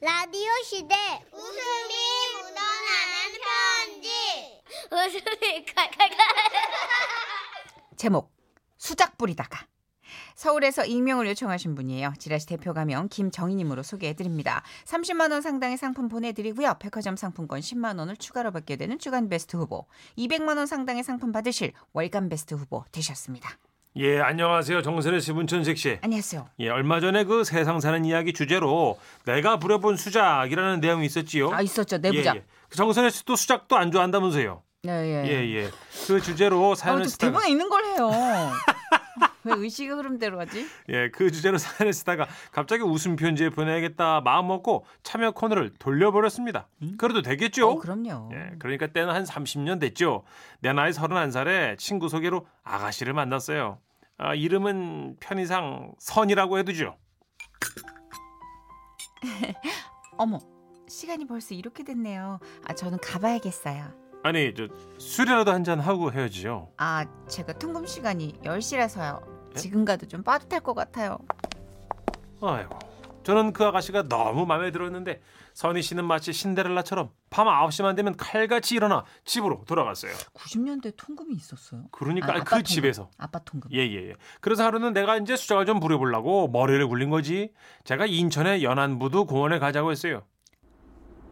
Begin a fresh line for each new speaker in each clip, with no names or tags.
라디오 시대 웃음이 묻어나는 편지 웃음이 칼칼칼
제목 수작 부리다가 서울에서 익명을 요청하신 분이에요. 지라시 대표 가명 김정희님으로 소개해드립니다. 30만 원 상당의 상품 보내드리고요. 백화점 상품권 10만 원을 추가로 받게 되는 주간 베스트 후보, 200만 원 상당의 상품 받으실 월간 베스트 후보 되셨습니다.
예, 안녕하세요. 정선혜 씨, 문천식 씨.
안녕하세요.
예, 얼마 전에 그 세상 사는 이야기 주제로 내가 부려본 수작이라는 내용이 있었지요.
아 있었죠 내부자.
예, 예. 그 정선혜 씨도 수작도 안 좋아한다면서요.
예 예.
예, 예. 그 주제로 사연을
아무튼
쓰다가
대본에 있는 걸 해요. 왜 의식의 흐름대로 하지?
예, 그 주제로 사연을 쓰다가 갑자기 웃음 편지에 보내야겠다 마음 먹고 참여 코너를 돌려버렸습니다. 그래도 되겠죠?
어, 그럼요.
예, 그러니까 때는 한 30년 됐죠. 내 나이 31살에 친구 소개로 아가씨를 만났어요. 아, 이름은 편의상 선이라고 해두죠.
어머 시간이 벌써 이렇게 됐네요. 아 저는 가봐야겠어요.
아니 저 술이라도 한 잔 하고 헤어지죠.
아, 제가 통금 시간이 10시라서요.
네?
지금 가도 좀 빠듯할 것 같아요.
아이고. 저는 그 아가씨가 너무 마음에 들었는데 선희 씨는 마치 신데렐라처럼 밤 9시만 되면 칼같이 일어나 집으로 돌아갔어요.
90년대 통금이 있었어요?
그러니까
아, 아빠
그
통금.
집에서
아빠 통금.
예예예. 그래서 하루는 내가 이제 수작을 좀 부려보려고 머리를 굴린 거지. 제가 인천의 연안부두 공원에 가자고 했어요.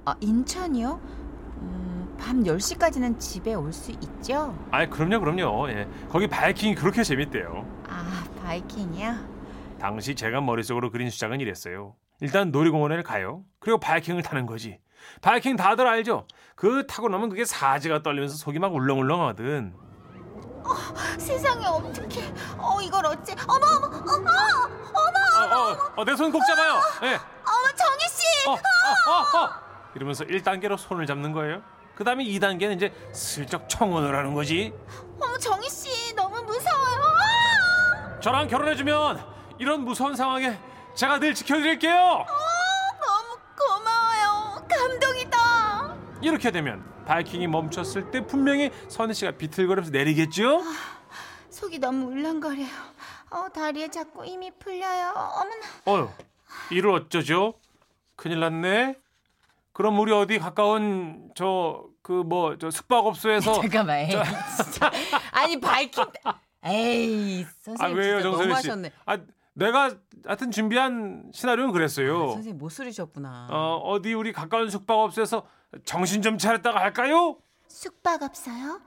아, 인천이요? 음, 밤 10시까지는 집에 올 수 있죠?
아이 그럼요 그럼요. 예. 거기 바이킹이 그렇게 재밌대요.
아, 바이킹이요?
당시 제가 머릿속으로 그린 수작은 이랬어요. 일단 놀이공원에 가요. 그리고 바이킹을 타는 거지. 바이킹 다들 알죠? 그 타고 나면 그게 사지가 떨리면서 속이 막 울렁울렁하거든.
세상에 어떡해. 어, 이걸 어째. 어머, 어머, 어머!
어, 어, 어, 내 손 꼭 잡아요. 예.
어머, 정희 씨!
어, 어, 어, 어. 이러면서 1단계로 손을 잡는 거예요. 그 다음에 2단계는 이제 슬쩍 청혼을 하는 거지.
어머, 정희 씨! 너무 무서워요.
저랑 결혼해주면 이런 무서운 상황에 제가 늘 지켜드릴게요.
너무 고마워요. 감동이다.
이렇게 되면 바이킹이 멈췄을 때 분명히 선희 씨가 비틀거리면서 내리겠죠?
속이 너무 울렁거려요. 어, 다리에 자꾸 힘이 풀려요. 어머나.
어휴, 이를 어쩌죠? 큰일 났네. 그럼 우리 어디 가까운 저 그 뭐 저 숙박업소에서
잠깐만. 에이, 진짜. 아니 바이킹. 에이
아
선생님
왜요,
진짜
정선희 씨?
너무하셨네.
아 내가 하여튼 준비한 시나리오는 그랬어요.
아, 선생님 모술이셨구나.
어 어디 우리 가까운 숙박업소에서 정신 좀 차렸다가 할까요?
숙박 없어요?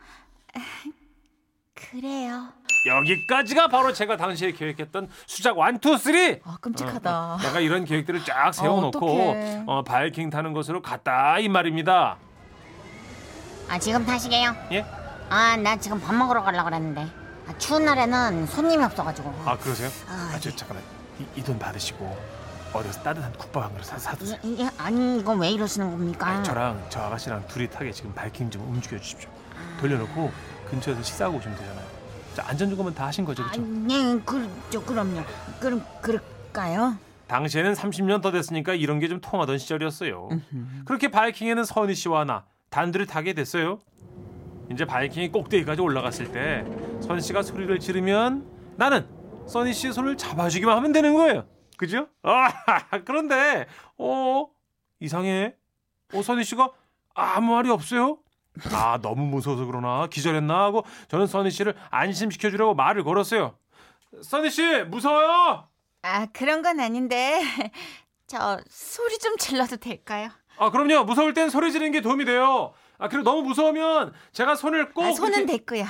그래요.
여기까지가 바로 제가 당시에 계획했던 수작 1, 2, 3.
아 끔찍하다.
어, 내가 이런 계획들을 쫙 세워놓고
어떡해.
어, 바이킹 타는 것으로 갔다 이 말입니다.
아 지금 타시게요?
예?
아 나 지금 밥 먹으러 가려고 그랬는데 아, 추운 날에는 손님이 없어가지고
아 그러세요?
아,
아, 저 잠깐만 이 돈 받으시고 어디서 따뜻한 국밥 한 그릇 사,
네.
사드세요.
이, 게 아니 이건 왜 이러시는 겁니까?
아니, 저랑 저 아가씨랑 둘이 타게 지금 바이킹 좀 움직여 주십시오. 돌려놓고 근처에서 식사하고 오시면 되잖아요. 자, 안전조건은 다 하신 거죠,
아,
그렇죠?
예, 그, 저, 그럼요 그럼 그럴까요?
당시에는 30년 더 됐으니까 이런 게 좀 통하던 시절이었어요. 그렇게 바이킹에는 선희 씨와 나 단둘이 타게 됐어요. 이제 바이킹이 꼭대기까지 올라갔을 때 선희 씨가 소리를 지르면 나는 선희 씨 손을 잡아주기만 하면 되는 거예요. 그죠? 아, 그런데 어 이상해. 어 선희 씨가 아무 말이 없어요. 아 너무 무서워서 그러나 기절했나 하고 저는 선희 씨를 안심시켜 주려고 말을 걸었어요. 선희 씨 무서워요.
아 그런 건 아닌데 저 소리 좀 질러도 될까요?
아 그럼요 무서울 땐 소리 지르는 게 도움이 돼요 아 그리고 너무 무서우면 제가 손을 꼭
아, 손은
이렇게-
됐고요.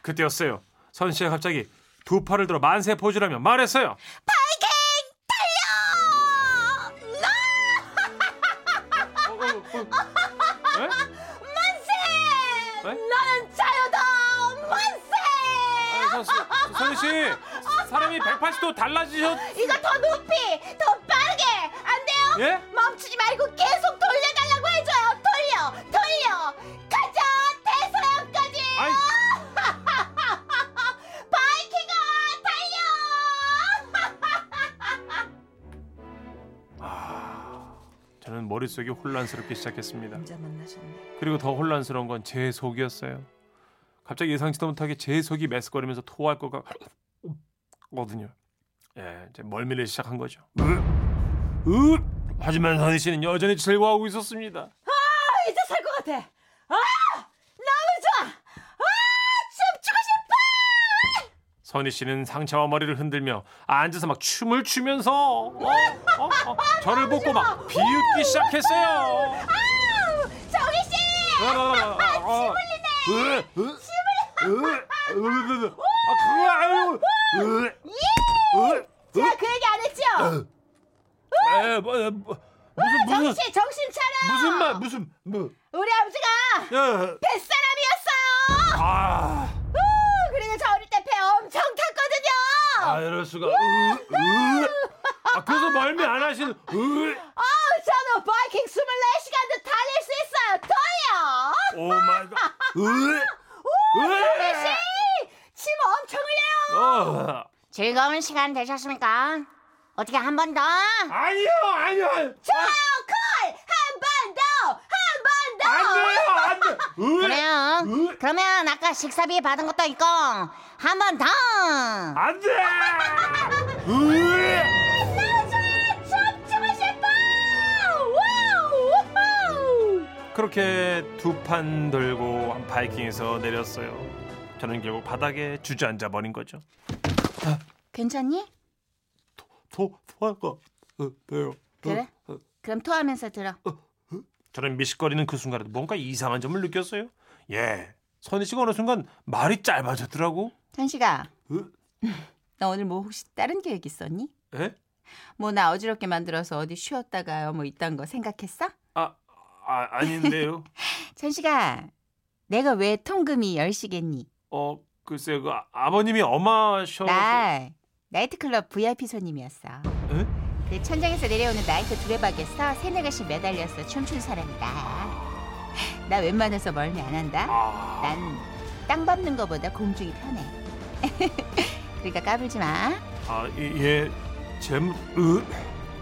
그때였어요 선 씨가 갑자기 두 팔을 들어 만세 포즈라며 말했어요 바이킹 달려 나 예? 만세
나는 자유다 만세!
선씨 사람이 180도 달라지셨
이거 더 높이 더 빠르게 안 돼요?
예?
멈추지 말고 계속 돌려달라고 해줘요. 돌려 돌려 가자 대서양까지.
아이
바이킹아 달려!
저는 머릿속이 혼란스럽기 시작했습니다
남자 만나셨네.
그리고 더 혼란스러운 건 제 속이었어요. 갑자기 예상치도 못하게 제 속이 메스거리면서 토할 것 같거든요. 예, 이제 멀미를 시작한 거죠. 으, 으, 하지만 선희 씨는 여전히 즐거워하고 있었습니다.
이제 살 것
어?
같아. 아 너무 좋아. 아춤 추고
선희 씨는 상체와 머리를 흔들며 앉아서 막 춤을 추면서 어, 어, 어, 저를 보고 막 비웃기 시작했어요.
싶어. 정희 씨.
아, 침 흘리네. 침 흘리네. 아, 그거 아유. 어?
제가 그 얘기 안 했죠?
에, 뭐, 에, 뭐, 무슨 무슨
정신 정신 차려.
무슨 말 무슨 뭐.
우리 아버지가
야,
뱃사람이었어요.
아,
그리고 저 어릴 때 배 엄청 탔거든요.
아 이럴 수가. 으, 으. 아, 그래서 멀미 안 하시는. 으.
아, 저는 바이킹 24시간도 달릴 수 있어요. 더요.
오 마이 갓. 으. 으.
침 엄청 흘려요.
어.
즐거운 시간 되셨습니까? 어떻게 한 번 더?
아니요, 아니요.
콜! 한 번 더! 한 번 더!
안 돼요, 안 돼. 으.
그래요. 그러면 아까 식사비 받은 것도 있고 한 번 더.
안 돼. 으.
춤 추고 싶어! 와우! 와우!
그렇게 두 판 돌고 한 바이킹에서 내렸어요. 저는 결국 바닥에 주저앉아 버린 거죠. 어,
괜찮니?
토 토할까? 어, 돼요.
그래?
어.
그럼 토하면서 들어.
저는 미식거리는 그 순간에도 뭔가 이상한 점을 느꼈어요. 예, 선희 씨가 어느 순간 말이 짧아졌더라고.
현식아,
으?
너 오늘 뭐 혹시 다른 계획 있었니?
에?
뭐 나 어지럽게 만들어서 어디 쉬었다가요 뭐 이딴 거 생각했어?
아, 아 아닌데요.
천식아, 내가 왜 통금이 열시겠니?
어 글쎄 그 아- 아버님이 엄하셔서
나 나이트클럽 VIP 손님이었어. 그 천장에서 내려오는 나이트 두레박에서 세네가씩 매달려서 춤춘 사람이다. 나 웬만해서 멀미 안 한다.
아,
난 땅 밟는 거보다 공중이 편해. 그러니까 까불지 마.
아 이- 예, 잼, 으,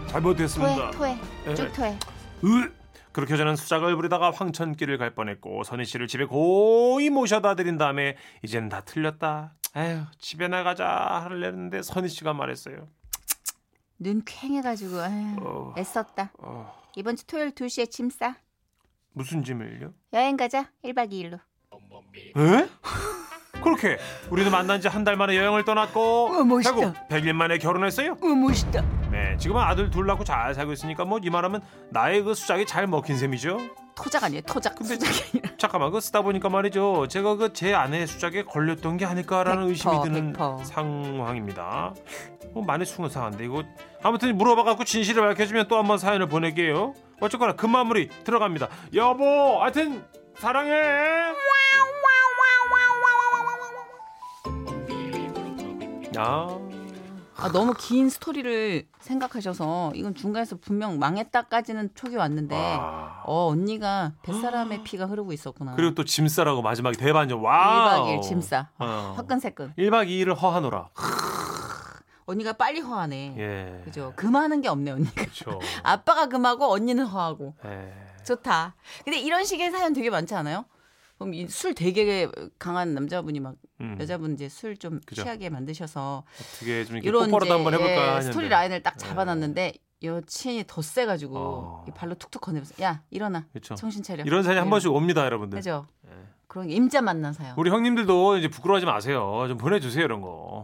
잘못했습니다.
토해, 토해,
예.
쭉 토해.
으! 그렇게 저는 수작을 부리다가 황천길을 갈 뻔했고 선희 씨를 집에 고이 모셔다 드린 다음에 이제는 다 틀렸다. 에휴 집에 나가자 하려는데 선희 씨가 말했어요.
눈 퀭해가지고 아휴,
어,
애썼다.
어,
이번 주 토요일 2시에 짐 싸.
무슨 짐을요?
여행 가자. 1박 2일로. 예?
에? 그렇게 우리는 만난 지 한 달 만에 여행을 떠났고
우와, 어, 멋있다.
결국 100일 만에 결혼했어요.
어, 멋있다.
네 지금은 아들 둘 낳고 잘 살고 있으니까 뭐 이만하면 나의 그 수작이 잘 먹힌 셈이죠.
토작 아니에요, 토작.
근데-
수작이 아니라.
잠깐만 그 쓰다 보니까 말이죠 제가 그 제 아내의 수작에 걸렸던 게 아닐까라는
백퍼,
의심이 드는
백퍼.
상황입니다 어, 많이 순수한데 이거 아무튼 물어봐갖고 진실을 밝혀주면 또 한 번 사연을 보내게요 어쨌거나 그 마무리 들어갑니다 여보 하여튼 사랑해 아,
아, 너무 긴 스토리를 생각하셔서 이건 중간에서 분명 망했다까지는 촉이 왔는데
아.
어 언니가 뱃사람의 피가 흐르고 있었구나.
그리고 또 짐싸라고 마지막에 대반전
1박
와우
2일 짐싸.
어.
화끈새끈.
1박 2일을 허하노라
언니가 빨리 허하네.
예
어. 그죠. 금하는 게 없네 언니가.
그렇죠
아빠가 금하고 언니는 허하고.
예.
좋다. 근데 이런 식의 사연 되게 많지 않아요? 그럼 이 술 되게 강한 남자분이 막
음.
여자분 이제 술 좀
그죠.
취하게 만드셔서
어떻게 좀 이렇게
이런
똑바로도
이제
한번 해볼까
예,
하는데
스토리 라인을 딱 잡아놨는데 여친이 더 세가지고
어.
이 발로 툭툭 건네면서 야 일어나
그렇죠.
정신 차려
이런 사연이 한 번씩 옵니다, 여러분들.
예. 그죠
예.
그런 게 임자 만난 사연
우리 형님들도 이제 부끄러워하지 마세요. 좀 보내주세요 이런 거.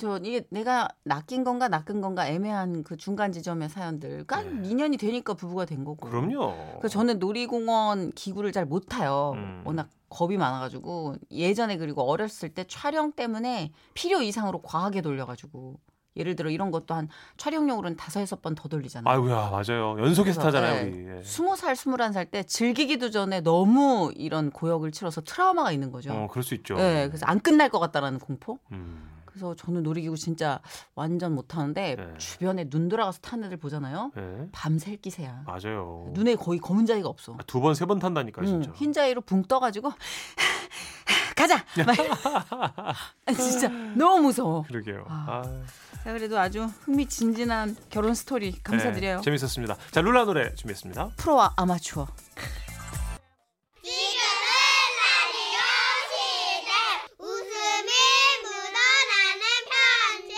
저 이게 내가 낚인 건가 낚은 건가 애매한 그 중간 지점의 사연들 그러니까 한 2년이 되니까 부부가 된 거고
네. 그럼요.
그래서 저는 놀이공원 기구를 잘 못 타요
음.
워낙 겁이 많아가지고 예전에 그리고 어렸을 때 촬영 때문에 필요 이상으로 과하게 돌려가지고 예를 들어 이런 것도 한 촬영용으로는 다섯 여섯 번 더 돌리잖아요.
아이고야 맞아요. 연속해서 타잖아요
네.
우리. 예.
스무 살, 스물한 살 때 즐기기도 전에 너무 이런 고역을 치러서 트라우마가 있는 거죠.
어 그럴 수 있죠.
네, 그래서 안 끝날 것 같다라는 공포.
음.
그래서 저는 놀이기구 진짜 완전 못하는데
네.
주변에 눈 돌아가서 탄 애들 보잖아요.
예.
밤새 끼세야.
맞아요. 아,
눈에 음, 거의 검은 자위가 없어.
두 번 세 번 탄다니까
응,
아, 진짜.
흰 자위로 붕 떠가지고 가자. 막 이러- 아, 진짜 너무 무서워.
그러게요.
아,
아유.
자, 그래도 아주 흥미진진한 결혼 스토리 감사드려요.
네, 재밌었습니다. 자 룰라 노래 준비했습니다.
프로와 아마추어.
라디오 시대 웃음이 묻어나는 편지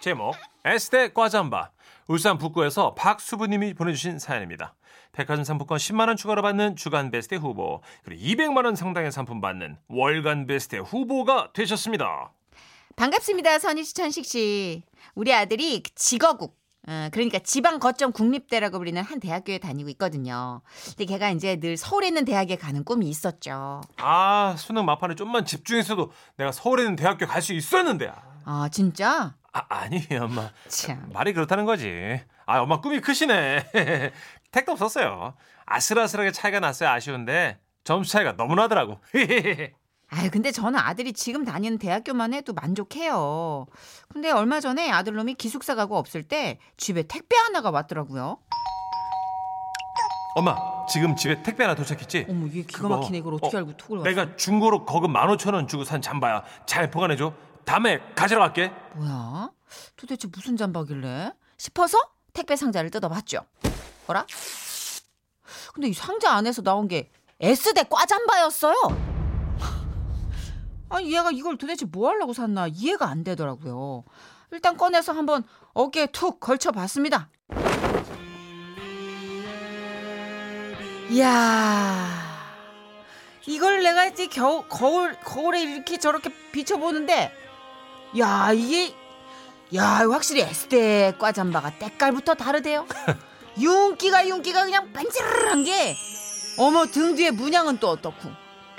제목 S대 과잠바 울산 북구에서 박수부님이 보내주신 사연입니다. 백화점 상품권 10만 원 추가로 받는 주간 베스트 후보 그리고 200만 원 상당의 상품 받는 월간 베스트 후보가 되셨습니다.
반갑습니다. 선희 씨, 천식 씨. 우리 아들이 직어국, 어, 그러니까 지방 거점 국립대라고 불리는 한 대학교에 다니고 있거든요. 근데 걔가 이제 늘 서울에 있는 대학에 가는 꿈이 있었죠.
아 수능 막판에 좀만 집중했어도 내가 서울에 있는 대학교 갈 수 있었는데
아, 진짜?
아 아니에요 엄마
참.
말이 그렇다는 거지. 아 엄마 꿈이 크시네. 택도 없었어요. 아슬아슬하게 차이가 났어요 아쉬운데 점수 차이가 너무 나더라고.
아유, 근데 저는 아들이 지금 다니는 대학교만 해도 만족해요. 근데 얼마 전에 아들놈이 기숙사 가고 없을 때 집에 택배 하나가 왔더라고요.
엄마 지금 집에 택배 하나 도착했지?
어머 이게 기가
그거,
막히네 이걸 어떻게
어,
알고 톡을 왔어?
내가 중고로 거금 15,000원 주고 산 잠바야. 잘 보관해줘. 다음에 가지러 갈게.
뭐야? 도대체 무슨 잠바길래? 싶어서 택배 상자를 뜯어봤죠. 어라? 근데 이 상자 안에서 나온 게 S대 꽈잠바였어요. 아니 얘가 이걸 도대체 뭐 하려고 샀나 이해가 안 되더라고요. 일단 꺼내서 한번 어깨에 툭 걸쳐봤습니다. 이야 이걸 내가 이제 겨우 거울 거울에 이렇게 저렇게 비춰보는데 야 이게 야 이거 확실히 에스테 과잠바가 때깔부터 다르대요. 윤기가 윤기가 그냥 반지르르한 게 어머 등 뒤에 문양은 또 어떻고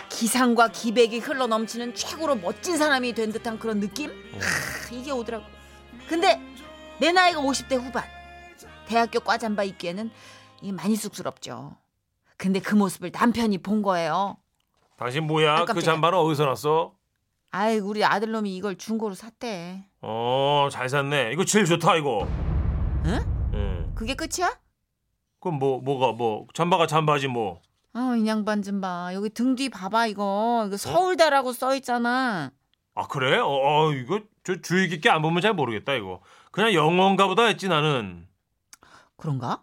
기상과 기백이 흘러 넘치는 최고로 멋진 사람이 된 듯한 그런 느낌 하, 이게 오더라고. 근데 내 나이가 50대 후반 대학교 과잠바 입기에는 이게 많이 쑥스럽죠. 근데 그 모습을 남편이 본 거예요.
당신 뭐야?
아, 깜짝이야.
그 잠바는 어디서 났어?
아이 우리 아들놈이 이걸 중고로 샀대.
어, 잘 샀네. 이거 제일 좋다, 이거. 응? 응.
그게 끝이야?
그럼 뭐 뭐가 뭐 잠바가 잠바지 뭐.
아, 이 양반 좀 봐. 여기 등 뒤 봐봐 이거. 이거 서울대라고 써 있잖아.
아, 그래? 어, 어, 이거 저 주의 깊게 안 보면 잘 모르겠다, 이거. 그냥 영어인가 보다 했지 나는.
그런가?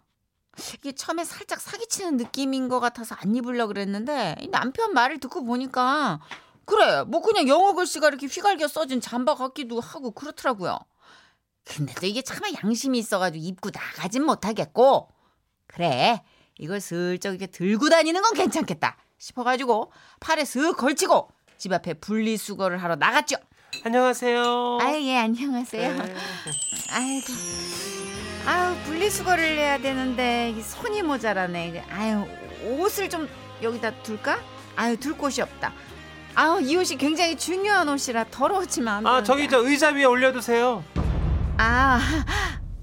이게 처음에 살짝 사기치는 느낌인 것 같아서 안 입으려 그랬는데 이 남편 말을 듣고 보니까 그래 뭐 그냥 영어 글씨가 이렇게 휘갈겨 써진 잠바 같기도 하고 그렇더라고요. 근데 또 이게 차마 양심이 있어가지고 입고 나가진 못하겠고 그래 이걸 슬쩍 이렇게 들고 다니는 건 괜찮겠다 싶어가지고 팔에 슥 걸치고 집 앞에 분리수거를 하러 나갔죠.
안녕하세요.
아유 예 안녕하세요. 아이고 아유 분리수거를 해야 되는데 이게 손이 모자라네. 아유 옷을 좀 여기다 둘까? 아유 둘 곳이 없다. 아유 이 옷이 굉장히 중요한 옷이라 더러워지면 안
아,
되는데.
저기 저 의자 위에 올려 두세요.
아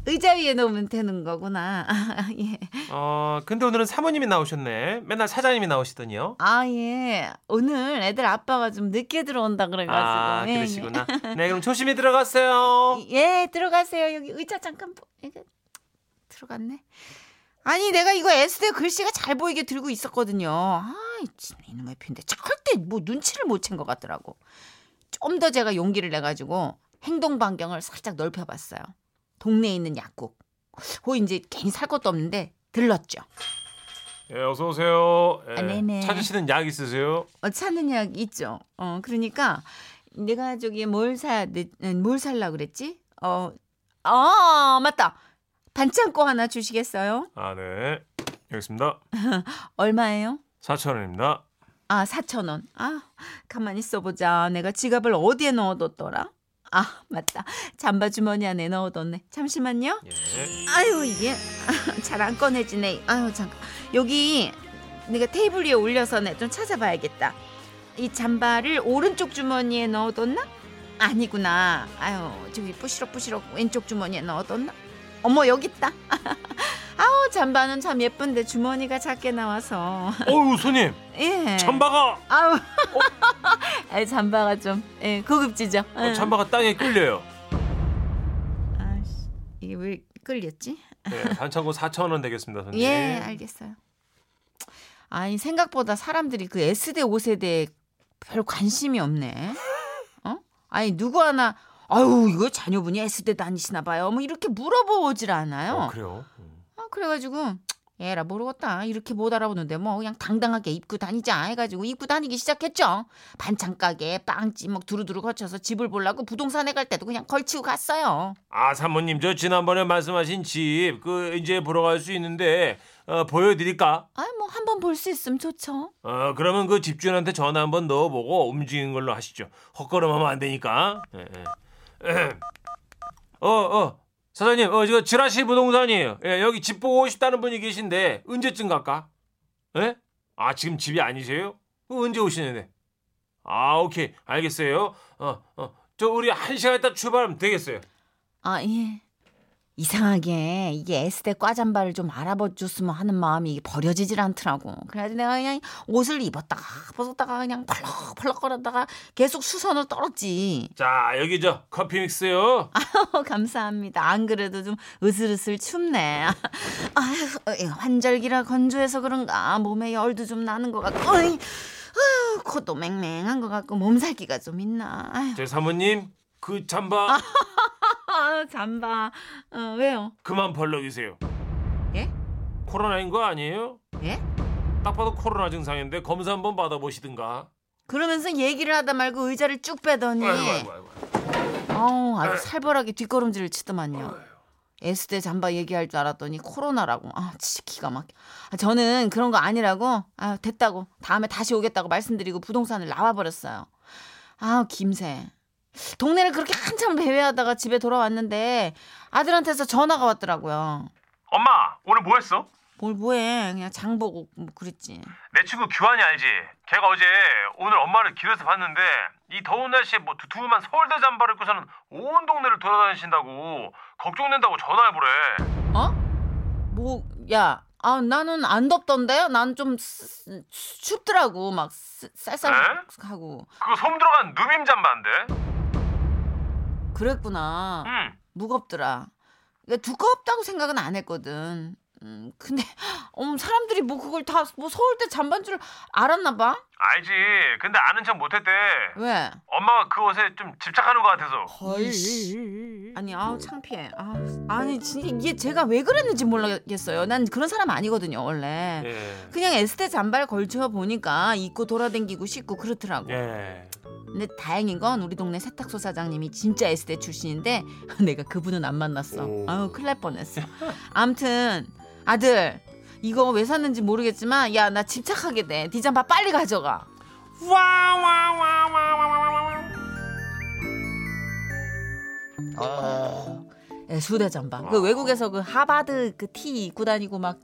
의자 위에 놓으면 되는 거구나. 아, 예.
어, 근데 오늘은 사모님이 나오셨네. 맨날 사장님이 나오시더니요.
아 예. 오늘 애들 아빠가 좀 늦게 들어온다 그래가지고.
아,
예, 예.
그러시구나. 네, 그럼 조심히 들어가세요.
예, 들어가세요. 여기 의자 잠깐 보- 이거 들어갔네. 아니 내가 이거 S대 글씨가 잘 보이게 들고 있었거든요. 아, 이 진- 이놈의 핀데 절대 뭐 눈치를 못 챈 것 같더라고. 좀 더 제가 용기를 내가지고 행동 반경을 살짝 넓혀봤어요. 동네에 있는 약국. 호 이제 괜히 살 것도 없는데 들렀죠.
예, 어서 오세요. 예.
아, 네네.
찾으시는 약 있으세요?
어, 찾는 약 있죠. 어, 그러니까 내가 저기 뭘 사야 돼? 뭘 살라 그랬지? 어, 아 맞다. 반창고 하나 주시겠어요?
아, 네. 여기 있습니다.
얼마예요?
4,000원입니다.
아, 4천 원. 아, 가만히 있어보자. 내가 지갑을 어디에 넣어뒀더라? 아, 맞다. 잠바 주머니 안에 넣어뒀네. 잠시만요.
예.
아유, 이게 잘 안 꺼내지네. 아유, 잠깐. 여기 내가 테이블 위에 올려서 내 좀 찾아봐야겠다. 이 잠바를 오른쪽 주머니에 넣어뒀나? 아니구나. 아유, 저기 부시럭부시럭 왼쪽 주머니에 넣어뒀나? 어머, 여기 있다. 아우, 잠바는 참 예쁜데 주머니가 작게 나와서.
어우, 손님.
예.
잠바가
아우. 아 잠바가 좀 예, 고급지죠.
어, 잠바가 땅에 끌려요.
아, 씨, 이게 왜 끌렸지?
예, 반창고 4,000원 되겠습니다, 손님.
예, 알겠어요. 아니 생각보다 사람들이 그 S대 5세대에 별 관심이 없네. 어? 아니 누구 하나 아유 이거 자녀분이 S대 다니시나 봐요. 뭐 이렇게 물어보질 않아요.
어, 그래요. 음.
아, 그래가지고 에라 모르겠다 이렇게 못 알아보는데 뭐 그냥 당당하게 입고 다니자 해가지고 입고 다니기 시작했죠 반찬 가게 빵집 막 두루두루 거쳐서 집을 보려고 부동산에 갈 때도 그냥 걸치고 갔어요
아 사모님 저 지난번에 말씀하신 집 그 이제 보러 갈 수 있는데 어, 보여드릴까?
아 뭐 한 번 볼 수 있으면 좋죠
어 그러면 그 집주인한테 전화 한번 넣어보고 움직이는 걸로 하시죠. 헛걸음하면 안 되니까. 예, 예. 에헴. 어 어. 사장님, 어, 이거 지라시 부동산이에요. 예, 여기 집 보고 싶다는 분이 계신데, 언제쯤 갈까? 예? 아, 지금 집이 아니세요? 그 언제 오시는데? 아, 오케이. 알겠어요. 어, 어. 저, 우리 한 시간 있다 출발하면 되겠어요.
아 예 이상하게 이게 에스대 꽈잠바를 좀 알아봐 줬으면 하는 마음이 이게 버려지질 않더라고 그래가지고 내가 그냥 옷을 입었다가 벗었다가 그냥 펄럭펄럭거렸다가 계속 수선을 떨었지
자, 여기 저, 커피 믹스요.
어, 감사합니다. 안 그래도 좀 으슬으슬 춥네. 아휴, 이거 환절기라 건조해서 그런가 몸에 열도 좀 나는 것 같고, 어이, 아휴, 코도 맹맹한 것 같고 몸살기가 좀 있나. 아휴,
제 사모님, 그 잠바
아, 잠바. 어, 왜요?
그만 벌럭이세요.
예?
코로나인 거 아니에요?
예?
딱 봐도 코로나 증상인데 검사 한번 받아보시든가.
그러면서 얘기를 하다 말고 의자를 쭉
음.
빼더니,
아이고, 아이고, 아이고.
아우, 아주 살벌하게 뒷걸음질을 치더만요. 에스대 잠바 얘기할 줄 알았더니 코로나라고. 아, 진짜 기가 막혀. 아, 저는 그런 거 아니라고. 아, 됐다고. 다음에 다시 오겠다고 말씀드리고 부동산을 나와버렸어요. 아, 김새. 동네를 그렇게 한참 배회하다가 집에 돌아왔는데 아들한테서 전화가 왔더라고요.
엄마 오늘 뭐 했어?
뭘 뭐해. 그냥 장 보고 뭐 그랬지.
내 친구 규환이 알지? 걔가 어제 오늘 엄마를 길에서 봤는데 이 더운 날씨에 뭐 두툼한 서울대 잠바를 입고서는 온 동네를 돌아다니신다고 걱정된다고 전화해보래
어? 뭐, 야. 아, 나는 안 덥던데? 난 좀 춥더라고. 막 쓰- 쌀쌀하고.
그거 솜 들어간 누빔 잠바인데
그랬구나.
응
무겁더라. 그러니까 두껍다고 생각은 안 했거든. 음, 근데 어머, 사람들이 뭐 그걸 다 뭐 서울대 잠반줄 알았나 봐.
알지 근데 아는 척 못했대
왜?
엄마가 그 옷에 좀 집착하는 것 같아서
이씨. 아니 아우 창피해. 아, 아니 진짜 이게 제가 왜 그랬는지 모르겠어요. 난 그런 사람 아니거든요 원래.
예.
그냥 에스테 잠발 걸쳐 보니까 입고 돌아다니고 싶고 그렇더라고.
예.
근데 다행인 건 우리 동네 세탁소 사장님이 진짜 에스대 출신인데 내가 그분은 안 만났어.
오.
아유 큰일 날 뻔했어. 암튼 아들 이거 왜 샀는지 모르겠지만 야 나 집착하게 돼. 디잠바 빨리 가져가.
아.
예, 수대 잠바. 그 외국에서 그 하바드 그 티 입고 다니고 막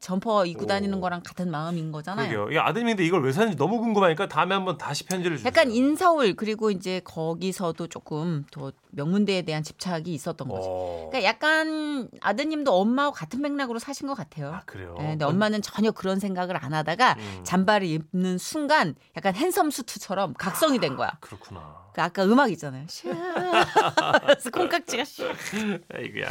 점퍼 입고
오.
다니는 거랑 같은 마음인 거잖아요.
그러게요. 이 아드님인데 이걸 왜 샀는지 너무 궁금하니까 다음에 한번 다시 편지를 주세요.
약간 인서울 그리고 이제 거기서도 조금 더 명문대에 대한 집착이 있었던 거죠.
어.
그러니까 약간 아드님도 엄마와 같은 맥락으로 사신 것 같아요.
아 그래요.
네, 근데 엄마는 전혀 그런 생각을 안 하다가
음.
잠바를 입는 순간 약간 핸섬 수트처럼 각성이 된 거야.
그렇구나.
그 아까 음악 있잖아요. 샤. 그래서 콩깍지가 샤.
아이고야.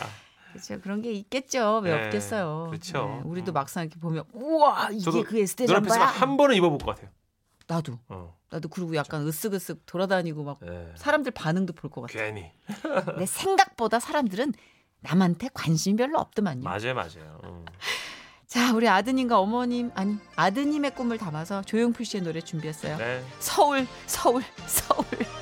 그렇죠. 그런 게 있겠죠. 왜
네,
없겠어요. 네,
그렇죠.
우리도 막상 이렇게 보면 우와 이게
저도
그 에스테
눈앞에서
잠바야.
한 번은 입어볼 것 같아요.
나도
어.
나도 그리고 약간
그렇죠.
으쓱으쓱 돌아다니고 막
예.
사람들 반응도 볼 것 같아.
괜히.
근데 생각보다 사람들은 남한테 관심이 별로 없더만요.
맞아요, 맞아요. 음.
자, 우리 아드님과 어머님 아니 아드님의 꿈을 담아서 조용필 씨의 노래 준비했어요.
네.
서울, 서울, 서울.